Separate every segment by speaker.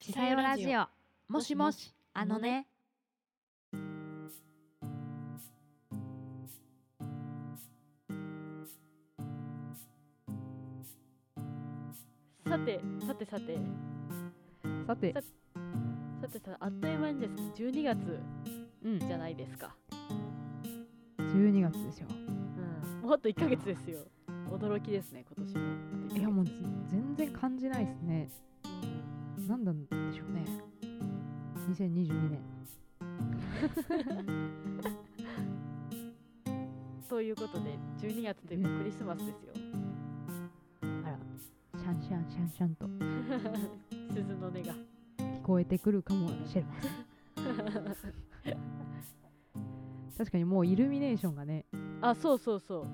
Speaker 1: ちさよラジオもしもしあのね
Speaker 2: さてさてさて
Speaker 1: さて
Speaker 2: ささてさてあっという間にですね12月
Speaker 1: うん
Speaker 2: じゃないですか、
Speaker 1: 12月でしょ
Speaker 2: うん、もっと1ヶ月ですよ驚きですね今年もあと1ヶ月
Speaker 1: いやもうぜ全然感じないですねなんなんでしょうね2022年
Speaker 2: ということで12月といえばクリスマスですよ
Speaker 1: あらシャンシャンシャンシャンと
Speaker 2: 鈴の音が
Speaker 1: 聞こえてくるかもしれません確かにもうイルミネーションがね
Speaker 2: あそうそうそう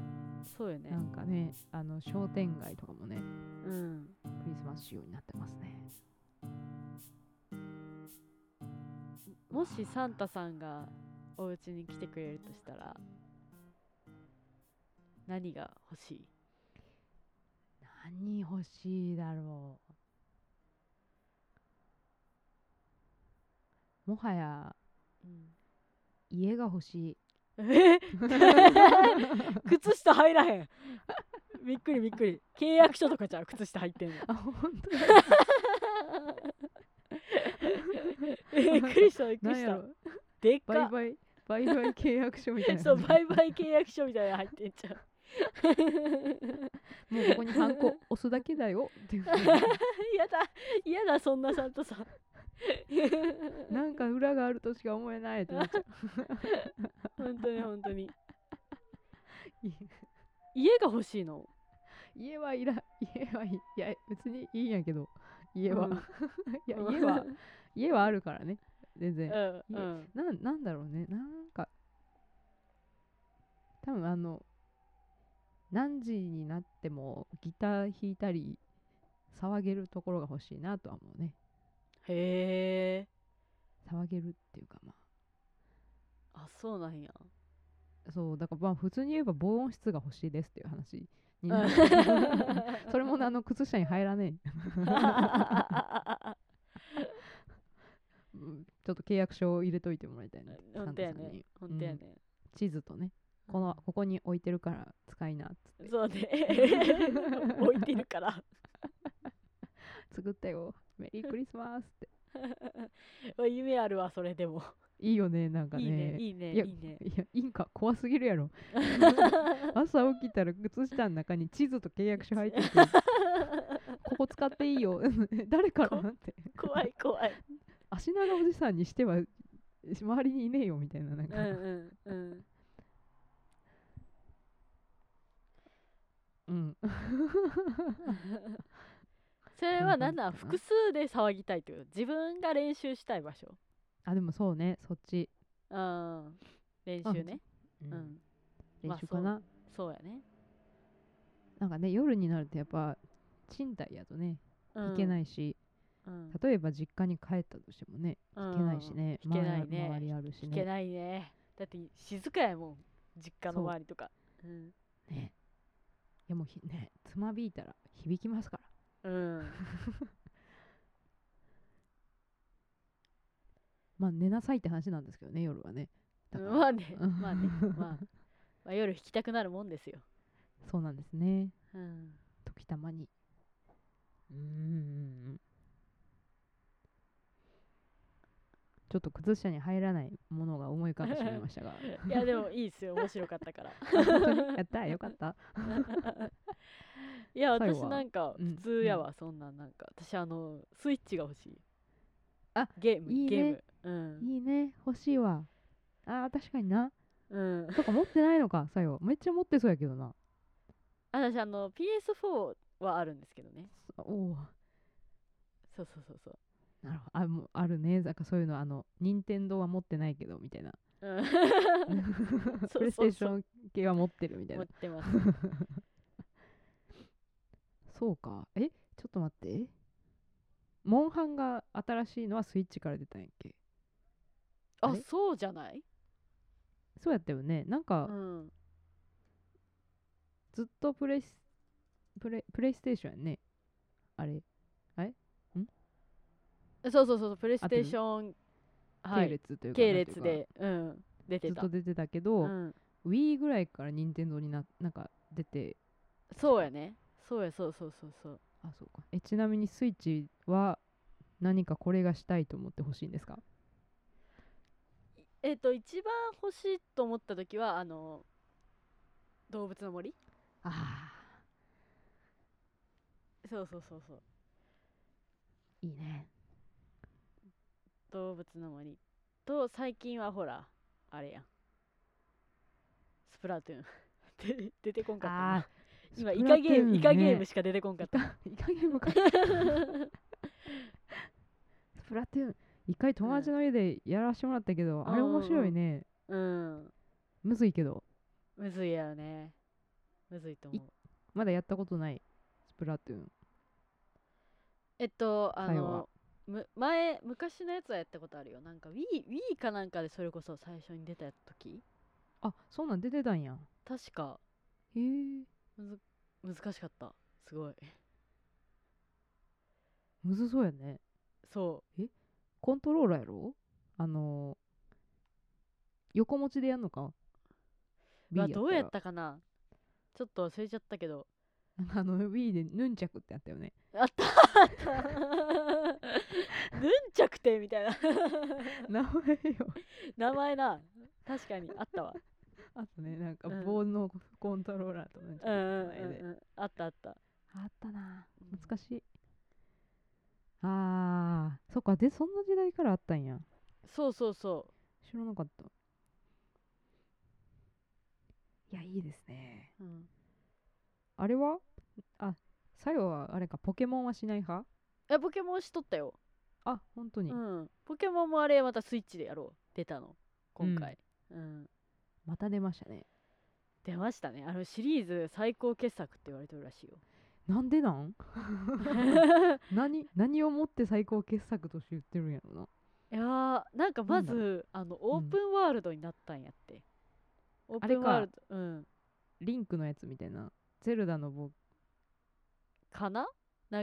Speaker 2: そうよね
Speaker 1: なんかねあの商店街とかもね
Speaker 2: うん
Speaker 1: クリスマス仕様になってますね
Speaker 2: もしサンタさんがお家に来てくれるとしたら何が欲しい
Speaker 1: 何欲しいだろうもはや家が欲し い
Speaker 2: え靴下入らへん びっくりびっくり契約書とかじゃん靴下 入ってんの
Speaker 1: あ本当
Speaker 2: びっくりしたびっくり
Speaker 1: 何
Speaker 2: し
Speaker 1: や
Speaker 2: た
Speaker 1: ろ
Speaker 2: でっか
Speaker 1: 売買売買契約書みたいな
Speaker 2: そう売買契約書みたいなの入ってん じゃん
Speaker 1: もうここにハンコ押すだけだよっていう
Speaker 2: 嫌だ嫌だそんなサンタさん
Speaker 1: なんか裏があるとしか思えないってなっちゃう
Speaker 2: 本 当に本当に
Speaker 1: い
Speaker 2: 家が欲しいの
Speaker 1: 家はいら家はいいや別にいいんやけど家は、
Speaker 2: うん
Speaker 1: いや家は家はあるからね全然
Speaker 2: うんうん
Speaker 1: なんなんだろうねなんか多分あの何時になってもギター弾いたり騒げるところが欲しいなとは思うね
Speaker 2: へえ
Speaker 1: 騒げるっていうかま
Speaker 2: あそうなんや
Speaker 1: あそうだからまあ普通に言えば防音室が欲しいですっていう話になる それもねあの靴下に入らねえうんちょっと契約書を入れといてもらいたいなって
Speaker 2: 本当やね
Speaker 1: ん
Speaker 2: 本当やね
Speaker 1: 地図とねこのここに置いてるから使いなっつって
Speaker 2: そうね 置いてるから
Speaker 1: 作ったよメリークリスマスって
Speaker 2: 夢あるわそれでも
Speaker 1: いいよねなんかね
Speaker 2: いいねいいね
Speaker 1: いや
Speaker 2: いいね
Speaker 1: いやいいんか怖すぎるや ろ朝起きたら靴下の中に地図と契約書入っててここ使っていいよ 誰から
Speaker 2: こ
Speaker 1: って
Speaker 2: 怖い怖い
Speaker 1: 足長おじさんにしては周りにいねえよみたいななん
Speaker 2: う
Speaker 1: か、
Speaker 2: んうんうん
Speaker 1: うん
Speaker 2: それは何
Speaker 1: な
Speaker 2: だ
Speaker 1: んかな
Speaker 2: 複数で騒ぎたいってこと自分が練習したい場所
Speaker 1: あでもそうねそっち、
Speaker 2: うん練習ね
Speaker 1: う
Speaker 2: うんま
Speaker 1: 練
Speaker 2: あ
Speaker 1: 習かな、
Speaker 2: そうやね
Speaker 1: なんかね夜になるとやっぱ賃貸やとね行けないし、
Speaker 2: 行
Speaker 1: 例えば実家に帰ったとしてもね行けないしね、
Speaker 2: 行けな
Speaker 1: 周
Speaker 2: いね
Speaker 1: り周りあるし
Speaker 2: 聞け
Speaker 1: ね
Speaker 2: ないねだって静かやもん実家の
Speaker 1: そう
Speaker 2: 周りとかうん、
Speaker 1: ねいやもうひねつまびいたら響きますから
Speaker 2: うん、
Speaker 1: まあ寝なさいって話なんですけどね夜はねだから、
Speaker 2: まあね
Speaker 1: うん
Speaker 2: まあね、まあ、まあ夜弾きたくなるもんですよ、
Speaker 1: そうなんですね
Speaker 2: うん、
Speaker 1: 時たまにうーんちょっと靴下に入らないものが思い浮かんでしまいました が
Speaker 2: いやでもいいですよ面白かったから
Speaker 1: あ本当にやったよかった
Speaker 2: いや
Speaker 1: 最
Speaker 2: 私
Speaker 1: 後は
Speaker 2: なんか
Speaker 1: うん
Speaker 2: 普通やわ、そんなんなんか私あのスイッチが欲しい
Speaker 1: あ
Speaker 2: ゲーム
Speaker 1: いいね
Speaker 2: ゲームうん
Speaker 1: いいね欲しいわあー確かにな
Speaker 2: うん、
Speaker 1: とか持ってないのかさよめっちゃ持ってそうやけどな
Speaker 2: 私あの PS4 はあるんですけどね
Speaker 1: そおお
Speaker 2: そうそうそうそう
Speaker 1: なるほどあもうあるねなんかそういうのあの任天堂は持ってないけどみ たいな
Speaker 2: うん
Speaker 1: プレイステ
Speaker 2: そう
Speaker 1: ーション系は持ってるみたいな
Speaker 2: 持ってます
Speaker 1: そうかえちょっと待ってモンハンが新しいのはスイッチから出たんやっけあ
Speaker 2: あ
Speaker 1: れ
Speaker 2: そうじゃない
Speaker 1: そうやったよねなん
Speaker 2: う
Speaker 1: か
Speaker 2: ん
Speaker 1: ずっとプレイスプレプレイステーションやんねあれあれん
Speaker 2: そうそうそうそうプレイステーション、は
Speaker 1: 系
Speaker 2: い、
Speaker 1: 列というかな
Speaker 2: 系
Speaker 1: んていう
Speaker 2: 列
Speaker 1: か
Speaker 2: で、うん、出て
Speaker 1: ずったと。出てたけど、
Speaker 2: うん、
Speaker 1: Wii ぐらいから任天堂にななんか出て
Speaker 2: そうやねそうやそうそうそうそう
Speaker 1: あそうかえちなみにスイッチは何かこれがしたいと思ってほしいんですか
Speaker 2: えっ、と一番欲しいと思った時はあの動物の森
Speaker 1: あ
Speaker 2: そうそうそうそう
Speaker 1: ーいいね
Speaker 2: 動物の森と最近はほらあれやんスプラトゥーン で出てこんかったな
Speaker 1: あ
Speaker 2: 今イカゲーム、イカゲ ームしか出てこんかった
Speaker 1: イカゲー ムかスプラトゥーン一回友達の家でやらしてもらったけど、
Speaker 2: ん
Speaker 1: あれ面白いね
Speaker 2: うん
Speaker 1: むずいけど
Speaker 2: むずいやろねむずいと思う
Speaker 1: まだやったことないスプラトゥーン
Speaker 2: えっとあ
Speaker 1: 最後は
Speaker 2: のむ前昔のやつはやったことあるよなんか WiiWii かなんかでそれこそ最初に出た時
Speaker 1: あそんなん出てたんや
Speaker 2: 確か
Speaker 1: へえ
Speaker 2: むず難しかったすごい
Speaker 1: むずそうやね
Speaker 2: そ
Speaker 1: コントローラーやろあのー、横持ちでやんのか
Speaker 2: うう
Speaker 1: Wii
Speaker 2: わどうやっ
Speaker 1: ら
Speaker 2: たかなちょっと忘れちゃったけど
Speaker 1: なん かあの Wii でヌンチャクってあったよね
Speaker 2: あったあったヌンチャクてみたいな
Speaker 1: 名前よ
Speaker 2: 名前な確かにあったわ
Speaker 1: あとねなんか
Speaker 2: うん
Speaker 1: 棒のコントローラーとヌンチャ
Speaker 2: うんうん
Speaker 1: クっ
Speaker 2: う
Speaker 1: て名前で
Speaker 2: んうんあったあった
Speaker 1: あったな
Speaker 2: うん
Speaker 1: 懐かしいあーそっかでそんな時代からあったんや
Speaker 2: そうそうそ
Speaker 1: 知らなかったいやいいですね
Speaker 2: う、うん、
Speaker 1: あれはあ最後はあれかポケモンはしない派
Speaker 2: えポケモンしとったよ、
Speaker 1: あ本当に、
Speaker 2: うん、ポケモンもあれまたスイッチでやろう出たの今回、うん
Speaker 1: また出ましたね
Speaker 2: 出ましたねあのシリーズ最高傑作って言われてるら しいよ
Speaker 1: なんでなん 何何をもって最高傑作として言ってるんやろない
Speaker 2: やーなんかま
Speaker 1: なんだろ
Speaker 2: ずあのオープンワールドになったんやって、オー
Speaker 1: あ
Speaker 2: プ
Speaker 1: れ
Speaker 2: ン
Speaker 1: か
Speaker 2: ワールドうん
Speaker 1: リンクのやつみたいなゼルダのぼ
Speaker 2: かなな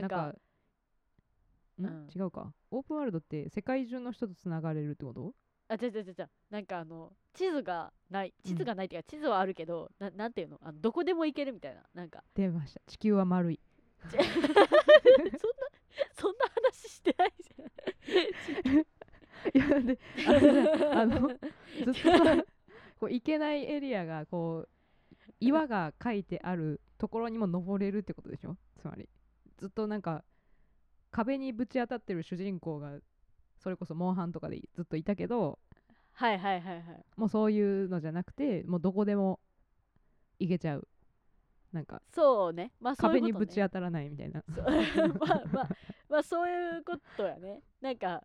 Speaker 1: なんん
Speaker 2: か
Speaker 1: かん、
Speaker 2: うん
Speaker 1: 違うかオープンワールドって世界中の人とつながれるってこと
Speaker 2: あ、違う違う違う違う。なんかあの、地図がない、
Speaker 1: うん
Speaker 2: 地図がないっていうか、地図はあるけど、ななんていうのあのどこでも行けるみたいな。な んか、
Speaker 1: 出ました地球は丸 い
Speaker 2: ちそんな、そんな話してないじ
Speaker 1: いやであれじゃんあのずっとさこう行けないエリアがこう岩が書いてあるところにも登れるってことでしょつまりずっとなんか壁にぶち当たってる主人公がそれこそモンハンとかでずっといたけど
Speaker 2: ゃん。 はいはいはいはい。
Speaker 1: もうそういうのじゃなくてもうどこでも行けちゃうなんか
Speaker 2: そうね。まあ、そう
Speaker 1: 壁
Speaker 2: いうこ
Speaker 1: に
Speaker 2: と、
Speaker 1: ぶ
Speaker 2: ね。
Speaker 1: ち当たらないみたいな、
Speaker 2: そう まあまあ、まあそういうことやね。なんか、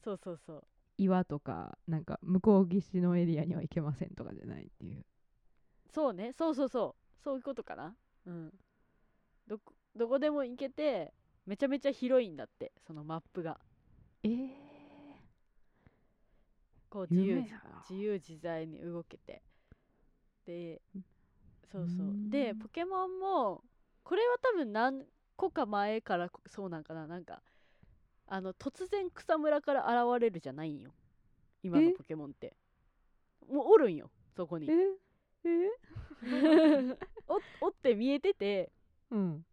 Speaker 2: そうそうそう。
Speaker 1: 岩とかなんか向こう岸のエリアには行けませんとかじゃないっていう
Speaker 2: そうね。そうそうそう。そういうことかな。うん。どこ、どこでも行けて、めちゃめちゃ広いんだって、そのマップが。
Speaker 1: えー、
Speaker 2: こう自由
Speaker 1: 夢
Speaker 2: 自
Speaker 1: やな
Speaker 2: 自由自在に動けてで
Speaker 1: うん
Speaker 2: そうそううんでポケモンもこれは多分何個か前からこそうなんかななんかあの突然草むらから現れるじゃないんよ今の
Speaker 1: え
Speaker 2: ポケモンってもうおるんよそこに
Speaker 1: ええ
Speaker 2: おおって見えてて
Speaker 1: うん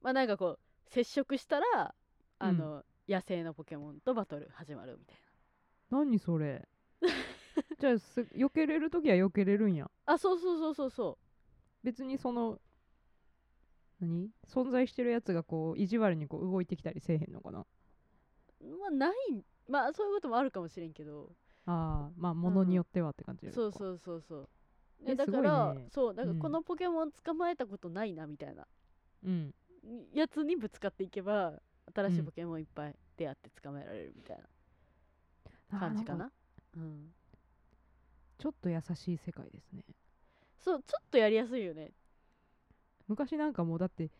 Speaker 2: まあなんかこう接触したらあの、野生のポケモンとバトル始まるみたい
Speaker 1: 何そ れじゃあす避けれる時は避けれるんや
Speaker 2: なあそうそうそうそうそう
Speaker 1: 別にその何存在してるやつがこう意地悪にこう動いてきたりせえへんのかな
Speaker 2: まあないまあそういうこともあるかもしれんけど
Speaker 1: あーまあものによってはって感じやろ
Speaker 2: そう
Speaker 1: う
Speaker 2: そうそうそう
Speaker 1: え
Speaker 2: えだか
Speaker 1: す
Speaker 2: ら
Speaker 1: ごいね
Speaker 2: そうなん
Speaker 1: うん
Speaker 2: かこのポケモン捕まえたことないなみたいな、
Speaker 1: うん
Speaker 2: やつにぶつかっていけば新しい
Speaker 1: うん
Speaker 2: ポケモンいっぱい出会って捕まえられるみたい
Speaker 1: あ
Speaker 2: な
Speaker 1: ー
Speaker 2: 感じか
Speaker 1: ん
Speaker 2: なうん、
Speaker 1: ちょっと優しい世界ですね
Speaker 2: そうちょっとやりやすいよね
Speaker 1: 昔なんかもうだって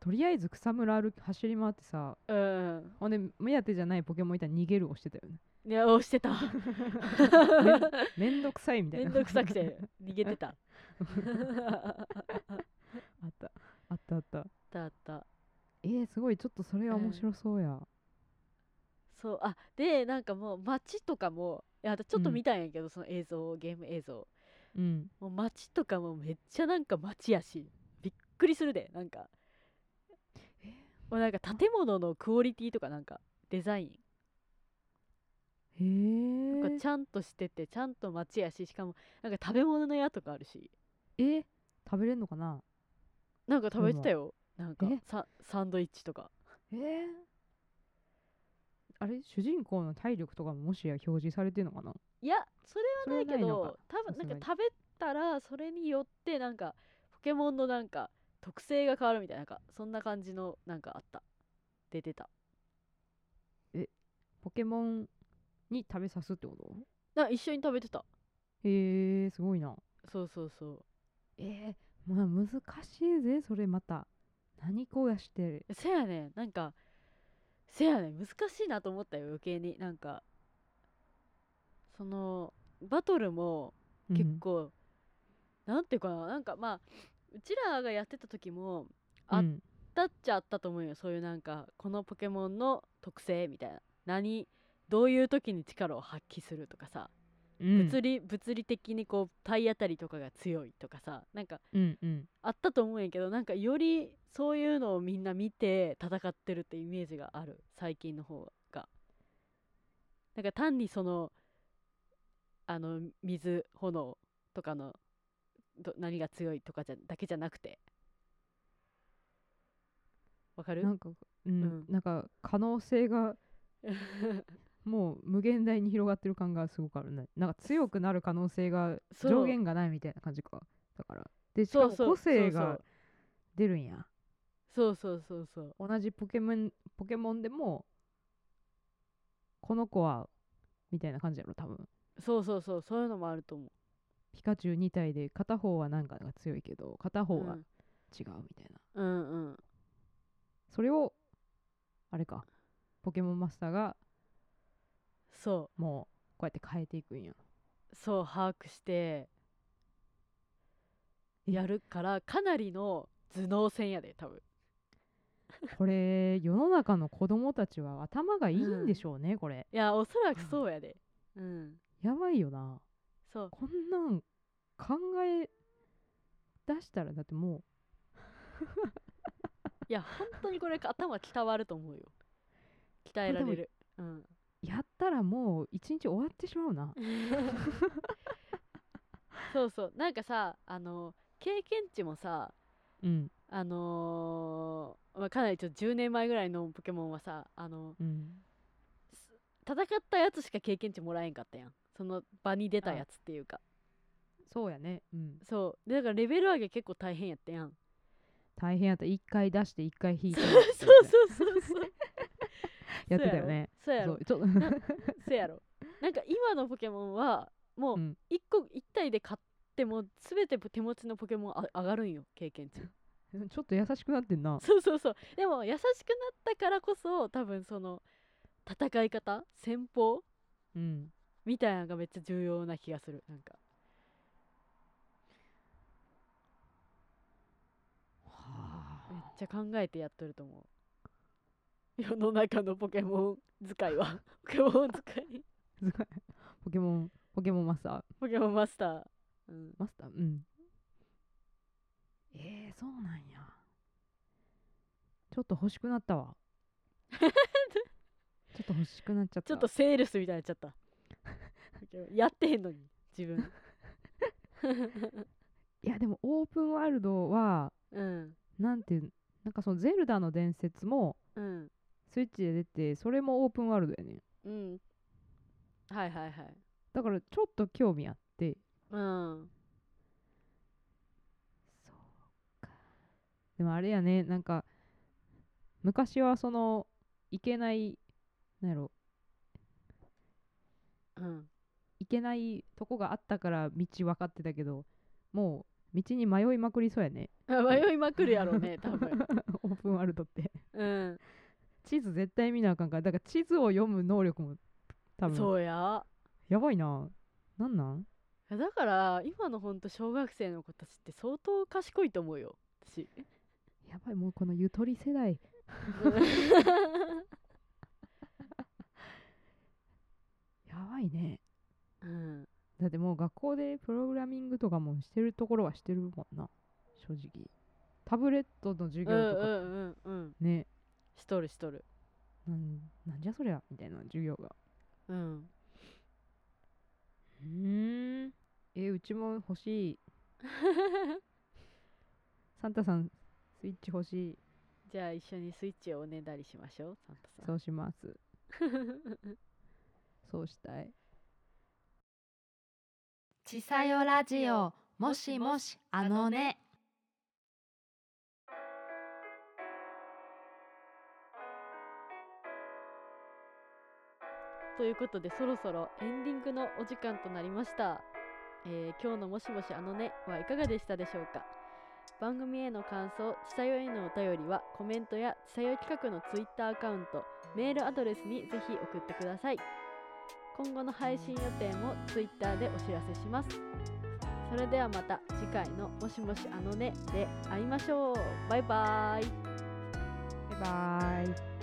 Speaker 1: とりあえず草むら歩き走り回ってさ
Speaker 2: うん
Speaker 1: ほんで目当てじゃないポケモンいたら逃げるをしてたよね
Speaker 2: いや押し てた
Speaker 1: めんどくさいみたい
Speaker 2: め
Speaker 1: なん
Speaker 2: どくさくて逃げてたあ
Speaker 1: あったあったあった
Speaker 2: ったあった
Speaker 1: えー、すごいちょっとそれは面白そうや、
Speaker 2: そうあでなんかもう街とかもいやちょっと
Speaker 1: うん
Speaker 2: 見たんやけど、その映像ゲーム映像
Speaker 1: うん
Speaker 2: もう街とかもめっちゃなんか街やしびっくりするでなんか
Speaker 1: え
Speaker 2: もうなんか建物のクオリティとかなんかデザイン
Speaker 1: へえ
Speaker 2: なんかちゃんとしててちゃんと街やししかもなんか食べ物の屋とかあるし
Speaker 1: え食べれんのかな
Speaker 2: なんか食べてたよなんか
Speaker 1: え
Speaker 2: ササンドイッチとか
Speaker 1: えー、あれ主人公の体力とかももしや表示されてんのかない
Speaker 2: やそ
Speaker 1: そ
Speaker 2: れ
Speaker 1: れ
Speaker 2: はな
Speaker 1: はい
Speaker 2: け
Speaker 1: ないの
Speaker 2: ど
Speaker 1: か
Speaker 2: 多
Speaker 1: さす
Speaker 2: 分
Speaker 1: が
Speaker 2: なん
Speaker 1: に
Speaker 2: か食べたらそれによってなんかポケモンのなんか特性が変わるみたいななんかそんな感じのなんかあった出てた
Speaker 1: ポケモンに食べさすってこと
Speaker 2: なんか一緒に食べてた
Speaker 1: へえすごいな
Speaker 2: そうそうそう
Speaker 1: えー、まあ難しいぜそれまた何こうやして
Speaker 2: せやねんなんかせやねん難しいなと思ったよ余計になんかそのバトルも結構、なんていうかななんかまあうちらがやってた時も
Speaker 1: うん
Speaker 2: あ
Speaker 1: うん
Speaker 2: だっちゃあったと思うよそういうなんかこのポケモンの特性みたいな何どういう時に力を発揮するとかさ、
Speaker 1: うん
Speaker 2: 物理物理的にこう体当たりとかが強いとかさなんか
Speaker 1: うんうん
Speaker 2: あったと思うんやけどなんかよりそういうのをみんな見て戦ってるってイメージがある最近の方がなんか単にそのあの水炎とかのど何が強いとかじゃだけじゃなくてわかる
Speaker 1: なんかうん、
Speaker 2: うん
Speaker 1: なんか可能性がもう無限大に広がってる感がすごくあるねなんか強くなる可能性が
Speaker 2: そう
Speaker 1: 上限がないみたいな感じかだからでし
Speaker 2: そ
Speaker 1: か
Speaker 2: う
Speaker 1: も
Speaker 2: そう
Speaker 1: 個性
Speaker 2: そうそ
Speaker 1: が
Speaker 2: う
Speaker 1: 出るんや
Speaker 2: そうそうそうそう
Speaker 1: 同じポケモンポケモンでもこの子はみたいな感じやろ多分
Speaker 2: そうそうそうそういうのもあると思う
Speaker 1: ピカチュウ2体で片方はなんかが強いけど片方は
Speaker 2: ん
Speaker 1: 違うみたいな、
Speaker 2: うんうん
Speaker 1: それをあれかポケモンマスターが
Speaker 2: そう
Speaker 1: もうこうやって変えていくんや
Speaker 2: そう把握して
Speaker 1: え
Speaker 2: やるからかなりの頭脳戦やで多分
Speaker 1: これ世の中の子供たちは頭がいいんでしょうね、これ
Speaker 2: いやおそらくそうやでうん
Speaker 1: やばいよな
Speaker 2: そう
Speaker 1: こんなん考え出したらだっても
Speaker 2: いや本当にこれ頭鍛わると思うよ鍛えられるうん
Speaker 1: うやったらもう一日終わってしまうな
Speaker 2: そうそうなんかさあの経験値もさ
Speaker 1: うん
Speaker 2: あのーまあ、かなりちょっと10年前ぐらいのポケモンはさあの
Speaker 1: うん
Speaker 2: 戦ったやつしか経験値もらえんかったやんその場に出たやつっていうか
Speaker 1: そうやねうん
Speaker 2: そうでだからレベル上げ結構大変やったやん
Speaker 1: 大変やった一回出して一回引いて
Speaker 2: そうそうそう そう
Speaker 1: やってたよね
Speaker 2: そうや
Speaker 1: そ
Speaker 2: ろ
Speaker 1: うちょっ と
Speaker 2: そうやろなんか今のポケモンはもう
Speaker 1: うん
Speaker 2: 1個1体で買っても全て手持ちのポケモンあ上がるんよ経験値
Speaker 1: ちょっと優しくなってんな
Speaker 2: そうそうそうでも優しくなったからこそ多分その戦い方戦法
Speaker 1: うん
Speaker 2: みたいなのがめっちゃ重要な気がするなんか
Speaker 1: は
Speaker 2: めっ
Speaker 1: あ
Speaker 2: ちゃ考えてやっとると思う世の中のポケモン使い はポケモン使い
Speaker 1: すごいポケモンポケモンマスター
Speaker 2: ポケモンマスター、うん、
Speaker 1: マスターうんえー、そうなんやちょっと欲しくなった わちょっと欲しくなっちゃった
Speaker 2: ちょっとセールスみたいになっちゃった やってへんのに自 分
Speaker 1: いやでもオープンワールドは
Speaker 2: うん
Speaker 1: なんていうなんかそのゼルダの伝説も
Speaker 2: うん
Speaker 1: スイッチで出てそれもオープンワールドやね
Speaker 2: うんはいはいはい
Speaker 1: だからちょっと興味あって
Speaker 2: うん
Speaker 1: そうかでもあれやねなんか昔はそのいけないなんやろ
Speaker 2: うん
Speaker 1: いけないとこがあったから道分かってたけどもう道に迷いまくりそうやね
Speaker 2: あ迷いまくるやろうね多分
Speaker 1: オープンワールドって
Speaker 2: うん
Speaker 1: 地図絶対見なあかんからだから地図を読む能力も多分
Speaker 2: そうや
Speaker 1: やばいななんなん
Speaker 2: だから今のほんと小学生の子たちって相当賢いと思うよ 私
Speaker 1: やばいもうこのゆとり世代ばいね
Speaker 2: うん
Speaker 1: だってもう学校でプログラミングとかもしてるところはしてるもんな正直タブレットの授
Speaker 2: うんう
Speaker 1: 業とか
Speaker 2: んうんうん
Speaker 1: ね、
Speaker 2: しとるしとる
Speaker 1: なんなんじゃそりゃみたいな授業が
Speaker 2: うん
Speaker 1: うーんえうちも欲しいサンタさんスイッチ欲しい
Speaker 2: じゃあ一緒にスイッチをおねだりしましょうサンタさ
Speaker 1: そ
Speaker 2: ん
Speaker 1: うします そうしたい
Speaker 3: ちさよラジオもしもしあのね
Speaker 2: ということでそろそろエンディングのお時間となりました、えー今日の「もしもしあのね」はいかがでしたでしょうか番組への感想ちさよへのお便りはコメントやちさよ企画のツイッターアカウントメールアドレスにぜひ送ってください今後の配信予定もツイッターでお知らせしますそれではまた次回の「もしもしあのね」で会いましょうバイバーイ
Speaker 1: バイバーイ